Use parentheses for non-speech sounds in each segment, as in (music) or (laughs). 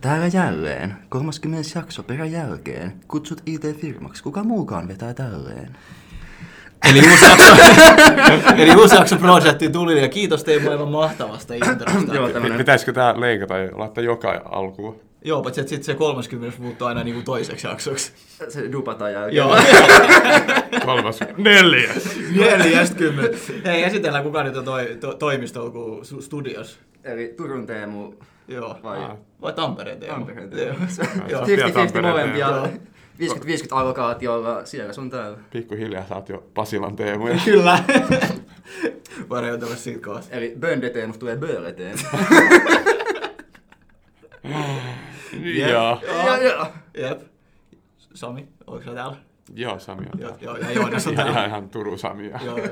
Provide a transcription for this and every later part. Täällä jälleen, 30 jakso peräjälkeen. Kutsut IT-firmaksi, kuka muukaan vetää tälleen. Eli uusi jakso, eli uusi jakso (laughs) projekti tuli ja kiitos teidän aivan mahtavasta (laughs) introsta. Joo, Pit- tämmönen Pitäisikö tämä leikata ja laittaa joka alkuun? Joo, paitsi että sitten se 30 muuttuu aina niinku toiseksi jaksoksi. se dupataan jälkeen. (laughs) Joo, Kolmas. Neljäs. neljästkymmentä. Hei, esitellään kuka nyt on toi, to, toimistolla kuin su- studios. Eli Turun Teemu Joo. vai Ah. Vai Tampereen teema. Tampereen Joo. Teemu. (laughs) (laughs) Joo. 50-50 Tampereen molempia. Teemu. 50-50 allokaatiolla, siellä sun täällä. Pikkuhiljaa saat jo Pasilan teemoja. Kyllä. (laughs) Voidaan jutella siitä kohta. Eli Bönde Teemu tulee Böle Teemu. (laughs) Joo. Joo, joo. Jep. Sami, ootko sä täällä? Joo, Sami on Joo, täällä. joo, ja Joonas on Ihan, ihan, (laughs) täällä. ihan Turun Sami ja Joo, joo.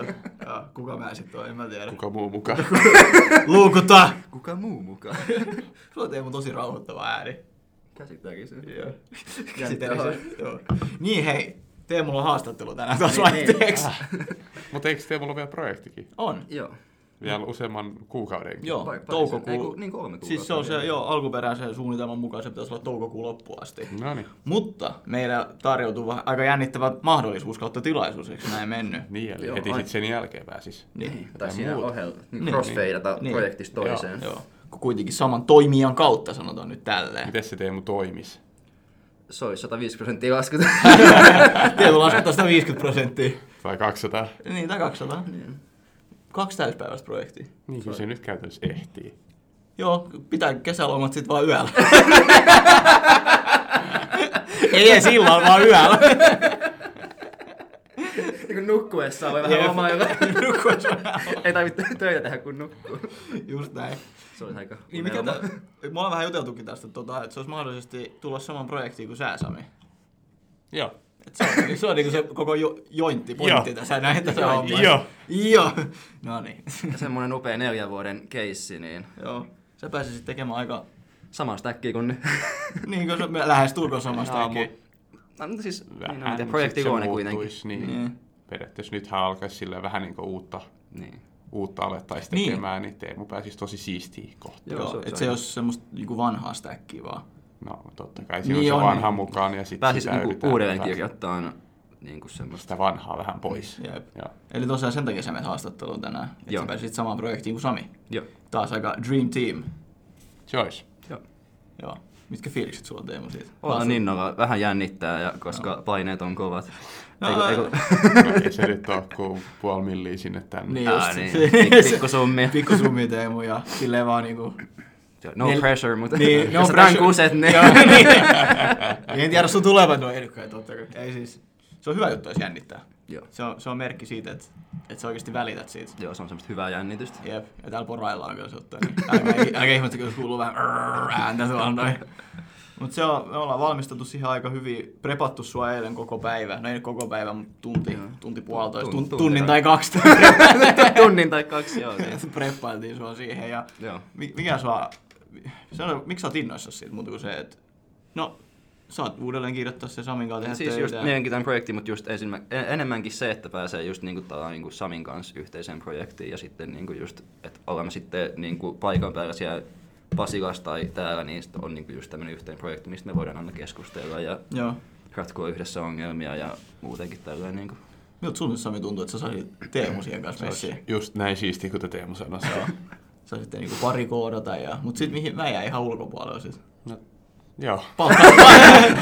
Joo, Kuka mä sitten oon, en mä tiedä. kuka muu mukaan. Luukuta! Kuka muu (laughs) mukaan? Sulla on Teemu tosi rauhoittava ääni. Käsittääkin (laughs) Joo. Jännittävää. Joo. Niin hei, Teemulla on haastattelu tänään taas niin. vaihteeksi. Ah. Mutta eikö Teemulla ole vielä projektikin? On. Joo. Vielä useamman kuukaudenkin. Joo, Vai- vai- ei, toukokuu. ku- niin kolme kuukautta Siis se on se, vielä. joo, alkuperäisen suunnitelman mukaan se pitäisi olla toukokuun loppuun asti. No niin. Mutta meillä tarjoutuu vähän- aika jännittävä mahdollisuus kautta tilaisuus, eikö näin mennyt? Niin, eli Joo, heti ai- sitten sen jälkeen pääsis. Niin. Tai Jotain siinä muuta. ohella niin crossfadata niin. projektista toiseen. Joo, kun kuitenkin saman toimijan kautta sanotaan nyt tälleen. Miten se Teemu toimis? Se olisi 150 prosenttia lasku. (laughs) Teemu lasketaan sitä 50 prosenttia. Vai 200? Niin, tai 200. Kaksi täyspäiväistä projektia. Niin kuin se nyt käytännössä ehtii. Joo, pitää kesälomat sitten vaan (laughs) yöllä. Ei ei silloin, vaan yöllä. niin nukkuessa voi vähän Jep. (laughs) lomailla. Nukkuessa vähän lomailla. Ei tarvitse töitä tehdä kun nukkuu. Just näin. Se olisi aika Niin mikä unelma. tää, me ollaan vähän juteltukin tästä, tota, että se olisi mahdollisesti tulla saman projektiin kuin sä, Sami. Joo. Et se on, se, on niinku se koko jo, jointti, pointti Joo. tässä näin tässä Joo. hommassa. Joo. Joo. No niin. (laughs) Ja semmonen upea neljän vuoden keissi, niin Joo. Sä pääsisit tekemään aika, samaa stäkkiä kuin nyt. niin kuin se me lähes tulkoon samasta. Jaa, äkkiä. (laughs) no, mutta siis, Vähän, niin, no, miten mut projekti sit se luonne muuttuis, kuitenkin. Niin. Niin. Periaatteessa nythän alkaisi sillä vähän niin kuin uutta, Niin. uutta alettaisi Niin. tekemään, niin, Teemu pääsisi tosi siistiin kohta. Joo, Joo, se on- että se se on- ei ole semmoista niinku vanhaa stäkkiä vaan. No totta kai siinä Niin on on. se vanha mukaan ja sitten Pääsis niinku uudelleen kirjoittamaan niinku semmoista. No, sitä vanhaa vähän pois. Jep. Joo. Eli tosiaan sen takia sä menet haastatteluun tänään, että Joo. sä pääsit samaan projektiin kuin Sami. Joo. Taas aika dream team. Joyce. Joo. Joo. Mitkä fiilikset sulla on Teemu siitä? Ollaan niin innolla. Vähän jännittää, ja koska paineet on kovat. No, Eiku, eiku, (laughs) No, ei se nyt ole kuin puoli milliä sinne tänne. Niin Aa, just. niin. (laughs) Se- Pik- se- pikkusummia. Pikkusummia Teemu ja silleen (laughs) vaan niinku... no Nel- pressure, mutta (laughs) Niin, jos tämän kuset, niin... Joo, (laughs) (laughs) niin. en tiedä sun tulevat nuo edukkaat totta kai. Ei siis. Se on hyvä juttu, jos jännittää. Joo. Se on, se on merkki siitä, että, että sä oikeasti välität siitä. Joo, se on semmoista hyvää jännitystä. Jep, ja täällä poraillaan kyllä sutta, niin älkää, älkää ihmettäkö, jos kuuluu vähän rrrr ääntä tuolla noin. Mut se on, me ollaan valmistettu siihen aika hyvin, prepattu sua eilen koko päivä, no ei nyt koko päivä, mutta tunti, tunti puolitoista, Tun- tun, tunti tunnin kai. tai kaksi (laughs) Tunnin tai kaksi, joo. (laughs) Siis. preppailtiin sua siihen ja Joo. mi- mikä sua, sano, miksi sä oot innoissa siitä muuta kuin se, että no saat uudelleen kirjoittaa se Samin kanssa tehdä Siis töitä just ja- mielenkiintoinen projekti, mutta just ensimmä, en- enemmänkin se, että pääsee just niinku tavallaan niinku Samin kanssa yhteiseen projektiin ja sitten niinku just, että olemme sitten niinku paikan päällä siellä Pasilassa tai täällä, niin sit on niinku just tämmöinen yhteinen projekti, mistä me voidaan aina keskustella ja Joo. ratkoa yhdessä ongelmia ja muutenkin tällainen niinku. Miltä sun nyt, Sami tuntuu, että sä saisit Teemu siihen kanssa messiin? Just näin siisti, kuten Teemu sanoi. Joo. Sä sitten niinku pari koodata ja... Mut sit mihin mä jäin ihan ulkopuolella sit. No, joo. Palkka.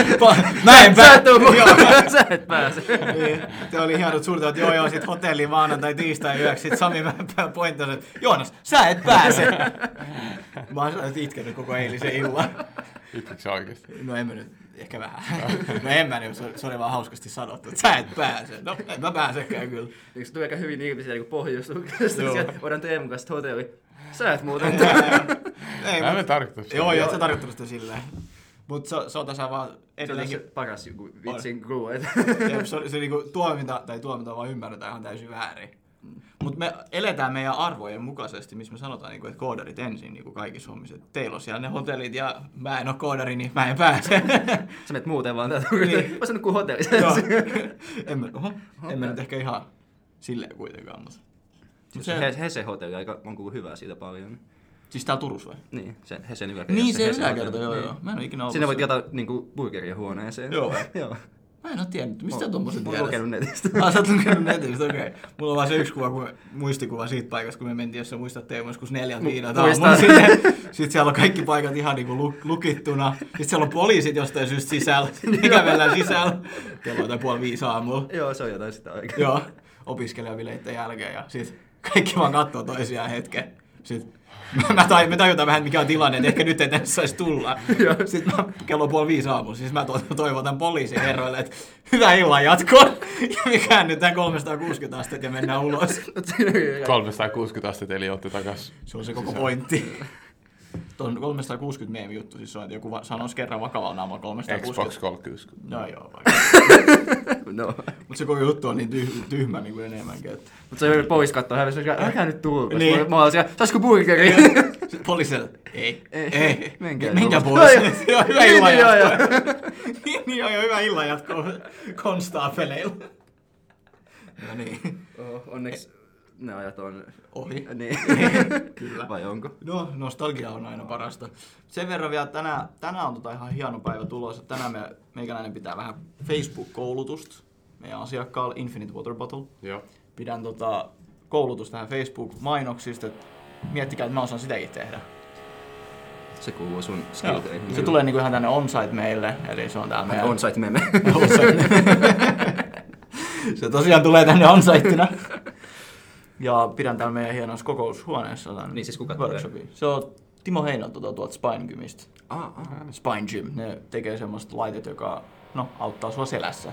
Pa- mä en Sä pää... et, (laughs) tuu (laughs) mukaan, sä et pääse. (laughs) Niin. Te oli hienot suunnitelmat, että joo joo, sit hotelli maanantai, tiistai yöksi, sit Sami Mäenpää pointtasi, että Joonas, sä et pääse. (laughs) Mä oon nyt itkenyt koko eilisen illan. Itkikö sä oikeesti? No en mä nyt, ehkä vähän. (laughs) No en mä nyt, se- se oli vaan hauskasti sanottu, että sä et pääse. No en mä pääsekään (laughs) kyllä. Eikö se tuli aika hyvin ilmi siellä niinku (laughs) pohjustuksesta? Joo. Siellä Voidaan Teemun kanssa hotelli. Sä et (laughs) muuten. Ei, Mä en mut, tarkoita sitä. joo, joo, et sä tarkoittanut sitä silleen. Mut se, se on tässä vaan Se on se edelleenkin paras joku vitsin glue. että- (laughs) Jep, se, oli- se niinku tuomita, tai tuomita vaan ymmärretään ihan täysin väärin. Mutta me eletään meidän arvojen mukaisesti, missä me sanotaan, niinku, että koodarit ensin niinku kaikissa hommissa. Et Teillä on siellä ne hotellit ja mä en ole koodari, niin mä en pääse. Sä menet muuten vaan täältä. Niin. Mä sanon kuin hotelli. Joo. en, mä, oho, en mä nyt ehkä ihan silleen kuitenkaan, mutta... Mut Se se, Hese hotelli aika on kuullut hyvää siitä paljon. Siis tää on Turussa vai? Niin, se, he sen yläkerrassa. Niin, se Hesen yläkerta, joo yläkerta, joo. Mä en ole ikinä ollut. Sinne voit siellä. jätä niinku burgeria huoneeseen. Joo. (laughs) joo. Mä en oo tiennyt. Mistä sä tommosen Mä oon tiedät? lukenut netistä. Ah, sä oot lukenut netistä, okei. Mulla on vaan se yksi kuva, kun muistikuva siitä paikasta, kun me mentiin, jos sä muistat, Teemu, joskus neljä viideltä muistan. aamulla sinne. Sitten siellä on kaikki paikat ihan niinku luk- lukittuna. Sitten siellä on poliisit jostain syystä sisällä. Ne kävellään sisällä. Kello on jotain puoli viisi aamulla. (laughs) Joo, se on jotain sitä aikaa. Joo, opiskelijabileitten jälkeen. Ja sitten kaikki vaan katsoo toisiaan hetken. Sitten mä tai, me tajutaan vähän, mikä on tilanne, että ehkä nyt ei tänne saisi tulla. Sitten mä kello on puoli viisi aamulla, siis mä to- toivotan poliisin herroille, että hyvää illan jatkoa. Ja me käännytään 360 astetta ja mennään ulos. (laughs) Mut siinä on jotain. 360 astetta, eli olette takas. Se on se koko pointti. Tuon 360 meemi juttu, siis se on, että joku va- sanoisi kerran vakavalla naamalla Xbox 360. 360. No joo, vaikka. (laughs) No. Mutta se koko juttu on niin tyh- tyhmä niin kuin enemmänkin. Että... Mut se oli pois kattoa hävissä, että älkää nyt tulko. Niin. Niin. Mä olin siellä, saisiko burgeria? (laughs) (laughs) Sitten poliisille, ei, ei, Ei. ei. Menkää menkää ulos. pois. Joo, joo. (laughs) Joo, hyvä Niin, illan niin, joo, joo. jatkoa. (laughs) Niin, niin, joo, joo, hyvä illan jatkoa konstaapeleilla. No niin, Oh, onneksi ne ajat on... (laughs) ohi. Niin. Kyllä. Vai onko? No, nostalgia on aina parasta. Sen verran vielä tänään, tänään on tota ihan hieno päivä tulossa. Tänään me, meikäläinen pitää vähän Facebook-koulutusta meidän asiakkaalle Infinite Water Bottle. Joo. Pidän tota koulutusta tähän Facebook-mainoksista. että Miettikää, että mä osaan sitäkin tehdä. Se kuuluu sun Joo. skillteihin. Se tulee niinku ihan tänne onsite meille, eli se on täällä meidän... On site meme. (laughs) (laughs) se tosiaan tulee tänne (laughs) onsiteina. Ja pidän täällä meidän hienossa kokoushuoneessa tämän Niin, siis kuka tulee? workshopin. Se on Timo Heinon tuota, tuolta Spine Gymistä. Ah, ah. Spine Gym. Ne tekee semmoista laitetta, joka no, auttaa sua selässä.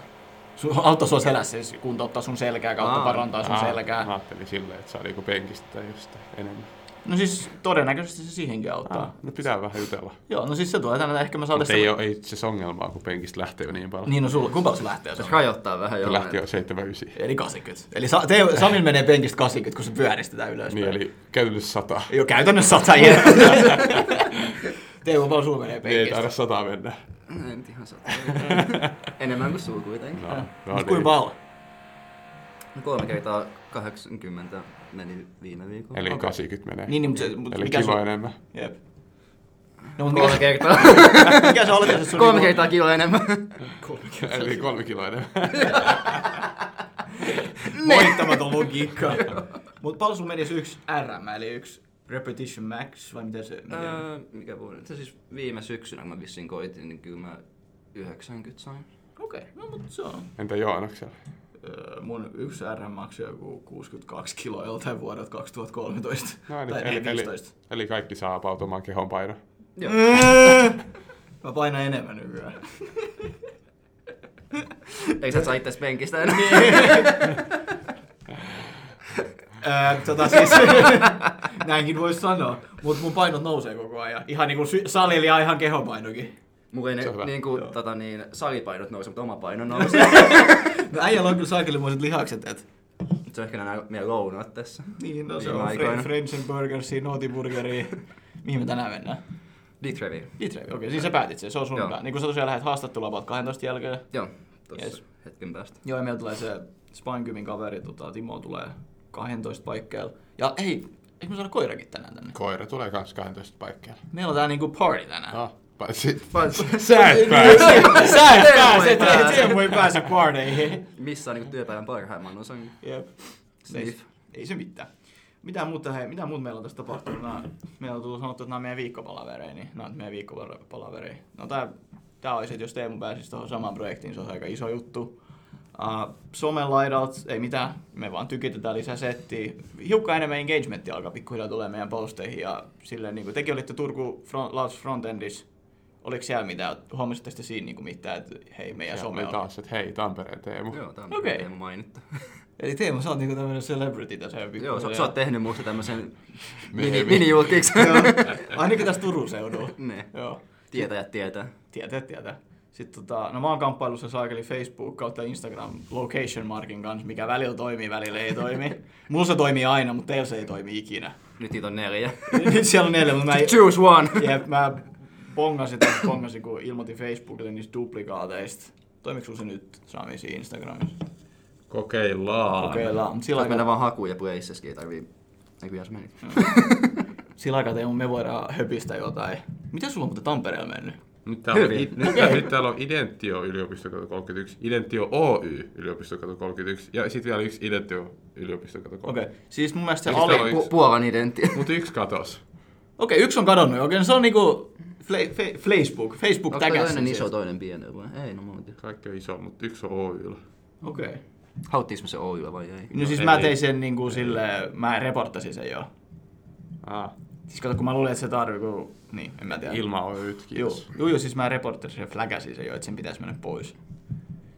Su, auttaa sua selässä, siis kuntouttaa sun selkää kautta Aa, parantaa sun selkää. Ah, Mä ajattelin silleen, että saa niinku penkistä tai jostain enemmän. No siis todennäköisesti se siihenkin auttaa. Ah, no pitää vähän jutella. Joo, no siis se tulee tänne, ehkä me saadaan Mutta ei ole itse asiassa ongelmaa, kun penkistä lähtee jo niin paljon. Niin no sulla, kuinka paljon se lähtee? Se on? Rajoittaa vähän jo. lähtee jo 79. Eli 80. Eli Sa- Teo- Samin menee penkistä 80, kun se pyöristetään ylöspäin. Niin, eli käytännössä 100. Joo, käytännössä 100 (laughs) jää. Teemu, paljon sulla menee Niin Ei, ei penkistä? taida 100 mennä. Niin. En nyt ihan sata. Enemmän kuin suu kuitenkin. No, no Mut Kuinka niin. paljon? No Kolme kertaa 80 meni viime viikolla. Eli Okei. 80 menee. Niin, niin, mutta se- mutta Eli (laughs) mikä kilo sun... enemmän. Jep. No, mutta Kolme mikä, kertaa. mikä se olet, jos sun... niinku- Kolme kertaa kilo enemmän. Eli kolme (laughs) kiloa enemmän. Voittamaton (laughs) logiikka. Mutta paljon sulla menisi yksi RM, eli yksi Repetition Max, vai mitä se... mikä- Öö, mikä vuoden? Se siis viime syksynä, kun mä vissiin koitin, niin kyllä mä 90 sain. Okei, no mutta se on. Entä Joonaksella? Öö, mun yksi RM maksoi joku 62 kiloa joltain vuodelta 2013. No, tai eli, ei, eli, eli, 15. eli, kaikki saa apautumaan kehon paino. Joo. Mä painan enemmän nykyään. Eikö sä saa itse penkistä enää? Öö, tota siis, (laughs) näinkin voisi sanoa, mutta mun painot nousee koko ajan. Ihan niinku sy- salilla ja ihan kehopainokin. Mulla ei Se ne on hyvä. niin Joo. kuin, tota, niin, salipainot nouse, mutta oma (laughs) paino nousee. No äijällä on kyllä saakelimoiset lihakset, et. se on ehkä nämä meidän lounaat tässä. Niin, no se Viime on aikoina. Fre- French and Burgersia, Naughty Burgeria. Mihin me tänään mennään? Dick Trevi. Itre, okei, okay, siis sä päätit sen, se on sun Joo. pää. Niin kun sä tosiaan lähdet haastattelua about 12 jälkeen. Joo, tossa Yes. hetken päästä. Joo, ja meillä tulee se Spinekymin kaveri, tota, Timo tulee 12 paikkeilla. Ja ei, eikö me saada koirakin tänään tänne? Koira tulee kans 12 paikkeilla. Meillä on tää niinku party tänään. Ah, paitsi sä et pääse. (laughs) Paitsi- Sä et Teemu pääse, ei pääse. et- Teemu ei pääse partyihin. Missä on niin työpäivän parhaimman osan? Jep. Ei, Sniff. ei se mitään. Mitä muuta, hei, mitä muuta meillä on tässä tapahtunut? Nää, meillä on tullut sanottu, että nämä on meidän viikkopalavereja, niin nämä on meidän viikkopalavereja. No tää, tää olisi, että jos Teemu pääsisi tuohon samaan projektiin, se on aika iso juttu. Uh, somen laidalta, ei mitään, me vaan tykitetään lisää settiä. Hiukan enemmän engagementia alkaa pikkuhiljaa tulee meidän posteihin ja silleen, niin kuin tekin olitte Turku front, Last Frontendissa, oliko siellä mitään, huomasitte sitten siinä niin kuin mitään, että hei meidän Ja some some on. taas, että hei, Tampereen Teemu. Joo, tää on Okei. okay. mainittu. (laughs) Eli Teemu, sä oot niinku tämmönen celebrity tässä pikkuhiljaa. Joo, sä, sä oot tehnyt musta (laughs) tämmösen mini, Meemi. minijulkiksi. Joo. Ainakin tässä Turun seudulla. (laughs) ne, Joo, tietäjät tietää. tietää, tietää. Sitten tota, no mä oon kamppailu se saakeli Facebook kautta Instagram location markin kanssa, mikä välillä toimii, välillä ei toimi. Mulla se toimii aina, mutta teillä se ei toimi ikinä. Nyt niitä on neljä. Nyt siellä on neljä, mutta (laughs) mä, Choose (laughs) one! jep, mä bongasin, tässä bongasin, kun ilmoitin Facebookille niistä duplikaateista. Toimiko sun se nyt Sami siinä Instagramissa? Kokeillaan. Kokeillaan, mutta sillä Sillä mennä aikaa, (laughs) vaan hakuun ja places, ei tarvii... Ei kyllä jos menit. sillä Sillä aikaa Teemu, me voidaan höpistä jotain. Miten sulla on muuten Tampereella mennyt? Nyt täällä, on, Hyvin. i- nyt, nyt täällä on Identio yliopistokatu 31, Identio Oy yliopistokatu 31 ja sitten vielä yksi Identio yliopistokatu 31. Okei, okay. siis mun mielestä se Eikö oli... täällä Okei, ole Pu- Puolan identti. (laughs) Mutta yksi katos. yksi on kadonnut jo. Okei, se on niinku fle- fe- Facebook. Facebook Onko täkäsi. toinen sen iso, sieltä. toinen pieni vai? Ei, no mä en tiedä. Kaikki on iso, mutta yksi on Oyllä. Okei. Hauttiinko me se Oyllä vai ei? No, siis ei. mä tein sen niinku sille, mä reporttasin sen jo. Ah, Siis kato, kun mä luulin, että se tarvii, kun... Niin, en mä tiedä. Ilma Oyt, Joo, kiitos. joo, joo, siis mä reportasin ja fläkäsin sen jo, että sen pitäisi mennä pois.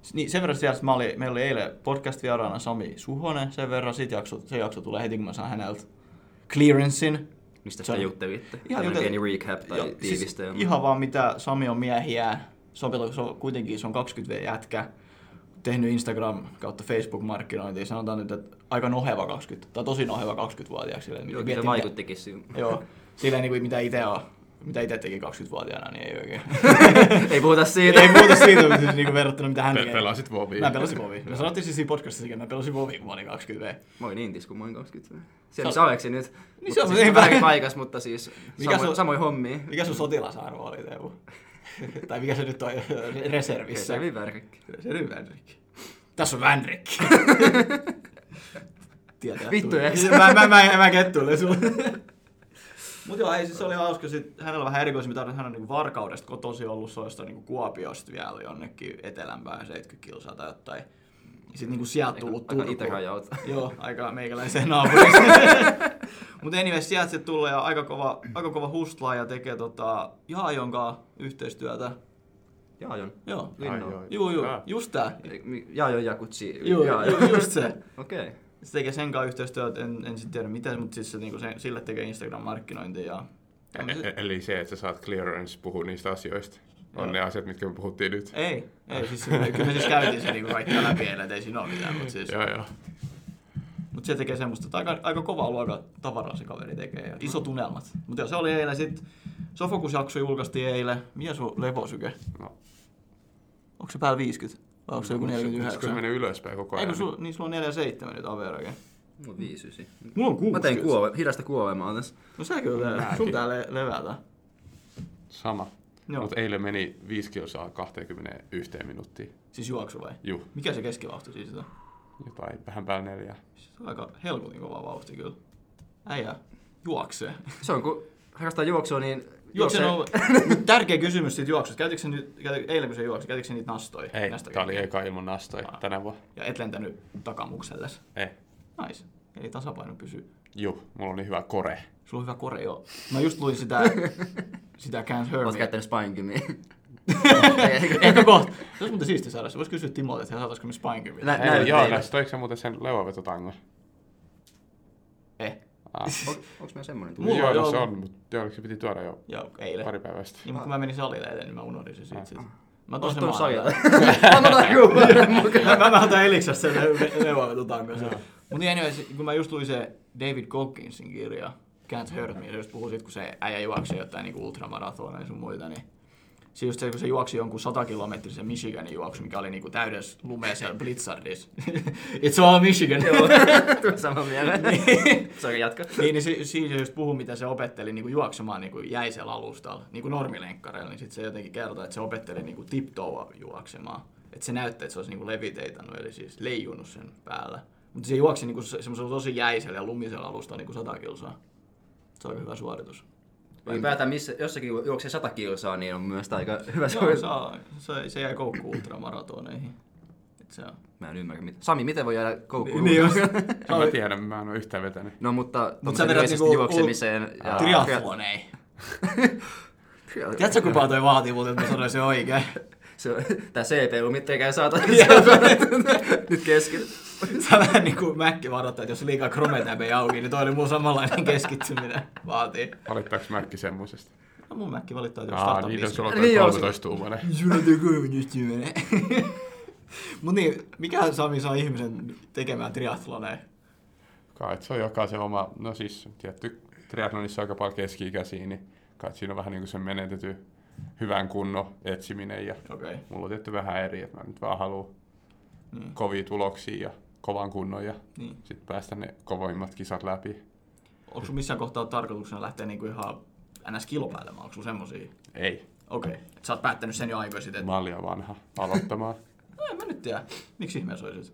S- Niin, sen verran sieltä, mä olin, meillä oli eilen podcast-vieraana Sami Suhonen, sen verran sit jakso, se jakso tulee heti, kun mä saan häneltä clearancin. Mistä Se sitä on- juttelitte? Ihan Ihan jutel- pieni recap tai Joo, tiivistelmä. Siis ihan vaan mitä Sami on miehiä, sopilo, se on, kuitenkin se on 20 jätkä, tehnyt Instagram kautta Facebook-markkinointia, sanotaan nyt, että aika noheva 20, tai tosi noheva 20-vuotiaaksi. silleen, Joo, kyllä miettii, se mitä- vaikuttikin siinä. Joo, silleen niin kuin mitä itse on, mitä itse teki 20-vuotiaana, niin ei oikein. (laughs) ei puhuta siitä. ei muuta siitä, mutta siis niinku verrattuna mitä hän Pe- tekee. pelasit Vovia. Mä pelasin Vovi. Me sanottiin siis siinä podcastissakin, että mä pelasin Vovi, kun mä olin 20 v. Mä olin Intis, kun mä olin 20. Se Se oli on- Saveksi nyt. Niin se on- siis niinpä. väärin paikas, mutta siis Mikä samoin, sun- samoin hommia. Mikä sun sotilasarvo oli, Teemu? (laughs) tai mikä se nyt on reservissä? Se oli värkikki. Reservi Vänrik. Tässä on Vänrik. (laughs) Tietää. Vittu, tuli. eks? Mä, mä, mä, mä kettuilen sulle. Mut joo, ei siis se oli hauska. Sit, hänellä on vähän erikoisemmin tarina, hän on niinku Varkaudesta kotosi ollut, se on jostain niinku Kuopiosta vielä jonnekin etelämpään 70 kilsaa tai jotain. Sitten niinku sieltä tullut Aika Turkuun. itärajalta. (laughs) Joo, (laughs) aika meikäläiseen naapuriin. Mutta anyways, sieltä se tulee ja aika kova, aika kova hustlaa ja tekee tota, Jaajon kanssa yhteistyötä. Jaajon. Joo, Linno. Ai, ai. Juu, juu, Ah. just tää. Ei, mi- Jaajon jakutsi. Joo, Jaajon. ju- just se. Okei. Se tekee sen kanssa yhteistyötä, en, en sitten tiedä mitä, mutta siis se, niinku se, sille tekee Instagram-markkinointia ja... (laughs) E- e- Eli se, että sä saat clearance puhua niistä asioista, on Joo. ne asiat, mitkä me puhuttiin nyt. Ei, ei, siis kyllä me siis käytiin se niinku kaikki läpi, eilen, et ei siinä ole mitään, mutta siis... Joo, joo. Mut se tekee semmoista, että aika, aika kovaa luokan tavaraa se kaveri tekee ja isot unelmat. Mutta se oli eilen sit, Sofokus-jakso julkaistiin eilen. Mikä sun levosyke? No. Onko se päällä 50? Vai onko se joku Nyt kun se 49? menee ylöspäin koko ajan. Eikö sulla, niin sulla on 47 nyt average. Mulla on 59. Mulla on 60. Mä tein kuole- hidasta kuolemaa tässä. No sä kyllä, sun tää le- levätä. Sama. Joo. Mutta eilen meni 5 kilsaa 21 minuuttia. Siis juoksu vai? Juh, Mikä se keskivauhti siis on? Siis jotain vähän päällä neljää. Se on aika helkutin kova vauhti kyllä. Äijä (laughs) juoksee. Se on kun harrastaa juoksua, niin Juoksen juoksee- on Mut no, (laughs) tärkeä kysymys siitä juoksusta. Käytikö se nyt, käytä, eilen kun se juoksi, käytikö se niitä nastoja? Ei, Nästä tää oli kaikkea? eka ilman nastoja Aa. tänä vuonna. Ja et lentänyt takamukselles. Ei. Nice. Eli tasapaino pysyy. Juh, mulla on niin hyvä kore. Sulla on hyvä kore, joo. Mä just luin (laughs) sitä, sitä Can't Hear Oot Me. käyttänyt (laughs) spine Ehkä kohta. Se olisi muuten siistiä saada. se. Vois kysyä Timolta, että saataisiko me Spine Gymille. Nä- Ei, näyt joo, meille. näistä toiko sä muuten sen leuavetotangon? Eh. Ah. On, onks meillä semmonen tullut? Mulla Mulla joo, joo. joo. se on, mutta joo, se piti tuoda jo Joo, eilen. pari Ah, päivää sitten. Niin, mutta kun mä menin salille eilen, niin mä unohdin sen siitä. sit. Mä toin Oot sen tuon maanantaina. salilla. (laughs) Anna tää (laughs) ruoan mukaan. mä, mä otan Eliksasta sen le- neuvovetutanko sen. Mutta niin, anyways, kun mä just luin se David Gogginsin kirja, Can't Hurt Me, se just puhuu siitä, kun se äijä juoksee jotain niinku ultramaratoneja ja sun muita, niin se just se, kun se juoksi jonkun 100 kilometrisen Michiganin juoksu, mikä oli niinku täydessä lumeisella Blitzardissa. (laughs) It's all Michigan. Tuli sama mieleen. Sori, jatka. niin, niin si- siinä se just puhuu, mitä se opetteli niin kuin juoksemaan niin kuin jäisellä alustalla, niin kuin normilenkkareilla, niin sitten se jotenkin kertoo, että se opetteli niin kuin tiptoa juoksemaan. Että se näyttää, että se olisi niin kuin leviteitannut, eli siis leijunut sen päällä. Mutta se juoksi niin kuin semmoisella tosi jäisellä ja lumisella alustalla niin kuin sata kilsaa. Se on aika hyvä suoritus. Ylipäätään Niin missä, jossakin ju- juoksee sata kilsaa, niin on myös aika (laughs) hyvä Joo, suoritus. se, on- se, se jäi koukkuun ultramaratoneihin. Et se on. Mä en ymmärrä mitä. Sami, miten voi jäädä Niin koukkuun? En mä tiedä, mä en ole yhtään (laughs) vetänyt. No mutta Mut sä tommoseen vedät yleisesti niinku juoksemiseen. ja- Triathlonei. Triath- Tiedätkö, kun toi vaatii muuten, että mä sanoin se oikein? (laughs) Se, on- tää CP ei ollut mitenkään saata. (laughs) Nyt keskity. (laughs) Sä vähän niin kuin Mäkki varoittaa, että jos liikaa krometäbe ei auki, niin toi oli mun samanlainen keskittyminen (laughs) vaatii. Valittaako Mäkki semmoisesta? No mun Mäkki valittaa, että jos Aa, niin, startup jos sulla on Niin, joo, se- 13 tuumainen. Sulla on koulutustyyminen. (laughs) Mut niin, mikä Sami saa ihmisen tekemään triathloneja? Kai, et se on jokaisen oma, no siis tietty triathlonissa aika paljon keski-ikäisiä, niin kai siinä on vähän niin kuin sen menetetty hyvän kunnon etsiminen ja Okei. Okay. mulla on tietty vähän eri, että mä nyt vaan haluan Niin. kovia tuloksia ja kovan kunnon ja Niin. sitten päästä ne kovoimmat kisat läpi. onko sun missään kohtaa tarkoituksena lähteä niinku ihan ns. kilpailemaan? Onko sun semmosia? Ei. Okei. Okay. Sä oot päättänyt sen jo aikoja sitten, että Mä olin jo vanha aloittamaan. no en mä nyt tiedä. Miksi ihmeessä olisit?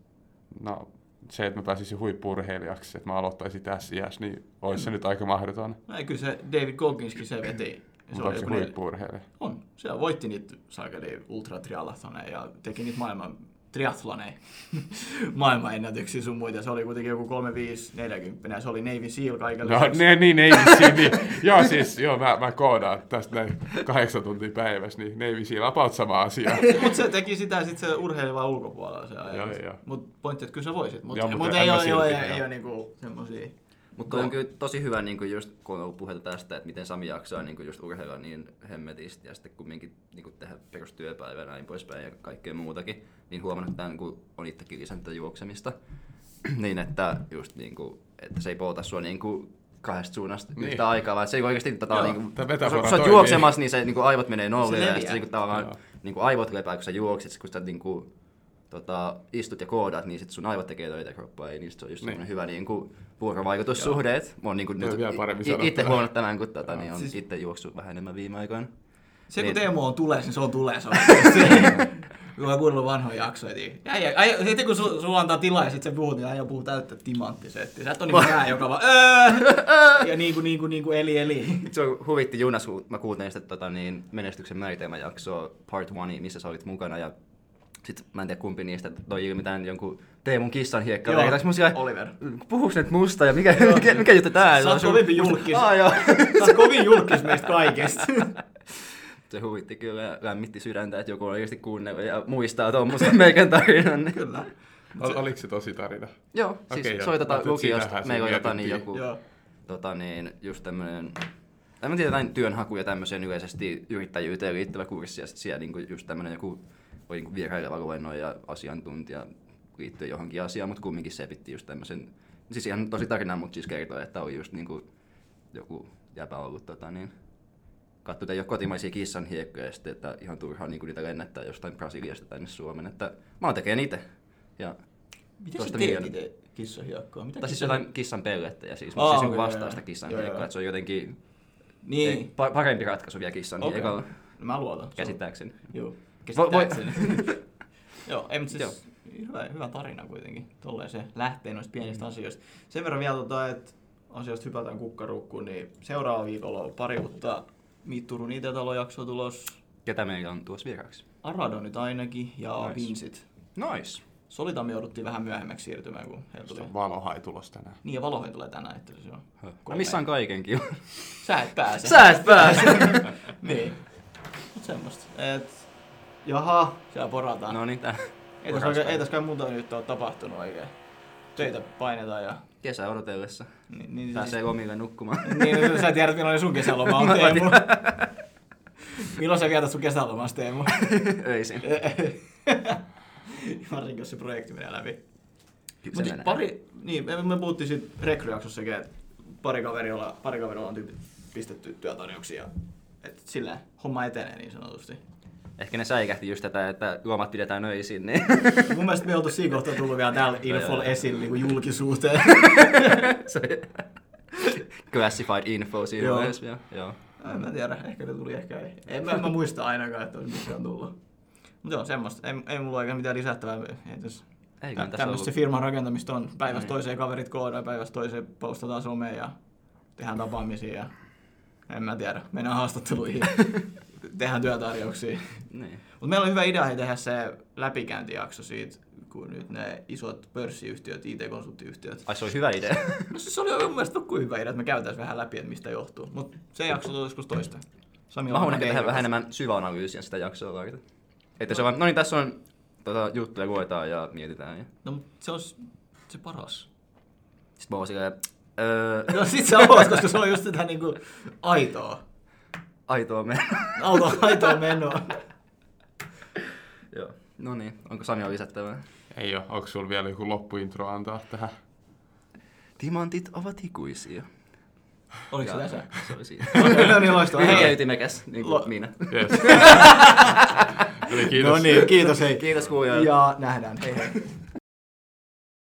No se, että mä pääsisin huippurheilijaksi, että mä aloittaisin tässä iässä, niin olisi se nyt aika mahdoton. No ei, kyllä se David Gogginskin se veti. Mutta onko se joku neljä- huippurheilija? On. Se voitti niitä saakeli ultratriatloneja ja teki niitä maailman triathloneja, (laughs) maailman ennätyksiä sun muita. Se oli kuitenkin joku 35-40, se oli Navy Seal kaikille. No ne, niin, (laughs) ei vissiin, niin. joo siis, joo, mä, mä koodaan tästä näin kahdeksan tuntia päivässä, niin ne ei vissiin about sama (laughs) asia. Mutta se teki sitä sitten se urheileva ulkopuolella se ajatus. joo. Mutta pointti, että kyllä sä voisit. Mutta Joo, mut mutta ei, en mä ole, ei, ole, silti, ei, joo. ole niinku semmosia. Mutta on kyllä tosi hyvä, niin kuin just, kun on ollut puhetta tästä, että miten Sami jaksaa niin kuin just urheilla niin hemmetisti ja sitten kumminkin niin kuin tehdä perustyöpäivää ja näin poispäin ja kaikkea muutakin, niin huomannut, että niin kuin on itsekin lisännyt tätä juoksemista. (clears throat) niin, että, just, niin kuin, että se ei polta sua niin kuin kahdesta suunnasta niin. Niin. yhtä aikaa, vaan se ei oikeasti tätä Joo, niin kuin, tää kun sä- metafora kun sä oot toimii. juoksemassa, niin se niin kuin aivot menee nolliin Se ja leviää. sitten se, niin kuin, tavallaan Joo. niin kuin aivot lepää, kun sä juokset, sit kun sä niin kuin, tota, istut ja koodaat, niin sit sun aivot tekee töitä ja kroppa ei, niin sit se on just niin. hyvä niin kuin, vuorovaikutussuhde. et Mä oon niin kuin, Toi nyt vielä paremmin i- itse sanottuna. huomannut tämän, kun tota, niin on Siis- siis... itse juoksut vähän enemmän viime aikoina. Se kun Niin. Teemu on tulee, niin se on (laughs) tulee. Se on Kun mä kuunnellut vanhoja jaksoja, niin äijä- äijä- heti kun su- sulla antaa tilaa ja sit sä puhut, niin aina puhuu täyttä timanttisettiä. Sä et ole niinku nää, joka vaan "Öö!" ja niinku, niinku, niinku, eli, eli. Se on- huvitti Junas, kun mä kuuntelin sitä tota, niin, menestyksen määritelmäjaksoa Part 1, missä sä olit mukana. Ja sit mä en tiedä kumpi niistä toi ilmi tämän jonkun Teemun kissan hiekka. Joo, Joo, mä siellä, Oliver. Puhuks nyt musta ja mikä, mikä, mikä juttu tää? Sä oot Se on- kovempi julkis. Aa, (laughs) joo. Sä oot kovin julkis meistä kaikesta. (laughs) Se huvitti kyllä ja lämmitti sydäntä, että joku on oikeasti kuunnellut ja muistaa tuommoisen (laughs) meikän tarinan. niin- Kyllä. Ol, oliko se tosi tarina? Joo, siis Okei, joo. soitetaan Mä ajattelin, että lukiosta, siinähän se meillä on jotain niin mietittiin. joku, Joo. tota niin, just tämmönen, en mä tiedä, jotain työnhaku ja tämmöiseen yleisesti yrittäjyyteen liittyvä kurssi, ja sit siellä niinku just tämmönen joku, oli niinku virkaileva luennoija ja asiantuntija liittyen johonkin asiaan, mutta kumminkin se piti just tämmöisen, siis ihan tosi tarinaa, mutta siis kertoi, että oli just niinku joku jäpä ollut tota niin, katsotaan ei ole kotimaisia kissan hiekkoja, ja sitten, että ihan turhaa niinku niitä lennättää jostain Brasiliasta tänne Suomeen, että mä oon tekee niitä. Ja Mitä sä Toista teet miljoonaa. itse kissahiakkoa? Mitä tai siis kissa- jotain kissan pellettejä siis, Aa, mutta siis okei, okay, joo, vastaa sitä joo. kissan Joo, hiekkaa, joo. että se on jotenkin ei, Niin. pa- parempi ratkaisu vielä kissan Okei. okay. hiekalla, No mä luotan. Se on- käsittääkseni. Joo. Niin, Voi- voi- Käsittääkseni. (laughs) Joo, ei, mutta siis hyvä, hyvä tarina kuitenkin. Tolleen se lähtee noista Mm. pienistä asioista. Sen verran vielä, tota, että asioista hypätään kukkaruukkuun, niin seuraava viikolla on pari uutta Miit Turun Itätalo-jaksoa tulos. Ketä meillä on tuossa vieraaksi? Arado nyt ainakin ja Nice. Vinsit. Nois. Solita me jouduttiin vähän myöhemmäksi siirtymään, kun heillä tuli. Valoha ei tulos tänään. Niin ja Valohan tulee tänään, että se on. Mä missään No, kaiken kyllä. Sä et pääse. Sä et pääse! (laughs) Niin. Mut semmoista. Et... Jaha, siellä porataan. no niin, tää. Ei tässä, oikein, ei tässä kai muuta nyt ole tapahtunut oikein. Töitä painetaan ja... Kesä odotellessa. Niin, niin, Pääsee No, lomille nukkumaan. siis, (laughs) niin, niin, sä tiedät milloin sun kesäloma on, Teemu. milloin sä vietät sun (laughs) kesälomas, Teemu? Öisin. Varsinkin, jos se projekti menee läpi. Kyllä se Mutta menee. pari, niin, me, me puhuttiin siitä rekryjaksossakin, että pari kaverilla, pari kaverilla on tyypit pistetty työtarjouksia. Että sillä homma etenee niin sanotusti. Ehkä ne säikähti just tätä, että juomat pidetään öisin, (laughs) niin (laughs) Mun mielestä me oltu siinä kohtaa tullut vielä tällä infolla esille niin kuin julkisuuteen. (laughs) se oli classified info siinä Joo. vaiheessa vielä. Joo. En mä tiedä, ehkä ne tuli, ehkä ei. En mä, en mä muista ainakaan, että olisi missään tullut. Mutta joo, semmoista. Ei, ei mulla oikein mitään lisättävää. Ei tässä- Ei tä- kun tässä Tämmöistä se ollut. firman rakentamista on. Päivästä toiseen kaverit koodaan, päivästä toiseen postataan someen ja tehdään tapaamisia. Ja... En mä tiedä, mennään (laughs) haastatteluihin, tehdään työtarjouksia. Niin. Mutta meillä on hyvä idea hei, tehdä se läpikäyntijakso siitä, kun nyt ne isot pörssiyhtiöt, IT-konsulttiyhtiöt. Ai se oli hyvä idea. (laughs) No siis se oli mun mielestä kuin hyvä idea, että me käytäis vähän läpi, että mistä johtuu. Mutta se jakso tulee joskus toista. Sami Mä haluan Laukkanen ehkä tehdä keinokas. vähän enemmän syväanalyysiä sitä jaksoa varten. Että se on vaan, no niin tässä on tota, juttuja luetaan ja mietitään. Ja. No mut se on s- se paras. (laughs) Sitten mä oon silleen, öö, No sit sä oot, (laughs) koska se on just sitä niinku aitoa. aitoa me. (laughs) Auto, aitoa menoa. Joo. No niin, onko Sami on lisättävää? Ei ole. Onko sulla vielä joku loppuintro antaa tähän? Timantit ovat ikuisia. Oliko se Ja- tässä? (laughs) Se oli siinä. No niin, loistavaa. Hyviä Hei. ytimekäs, niin kuin Lo- minä. Yes. (laughs) Eli kiitos. No niin, kiitos hei. Kiitos kuulijoille. Ja nähdään. Hei hei.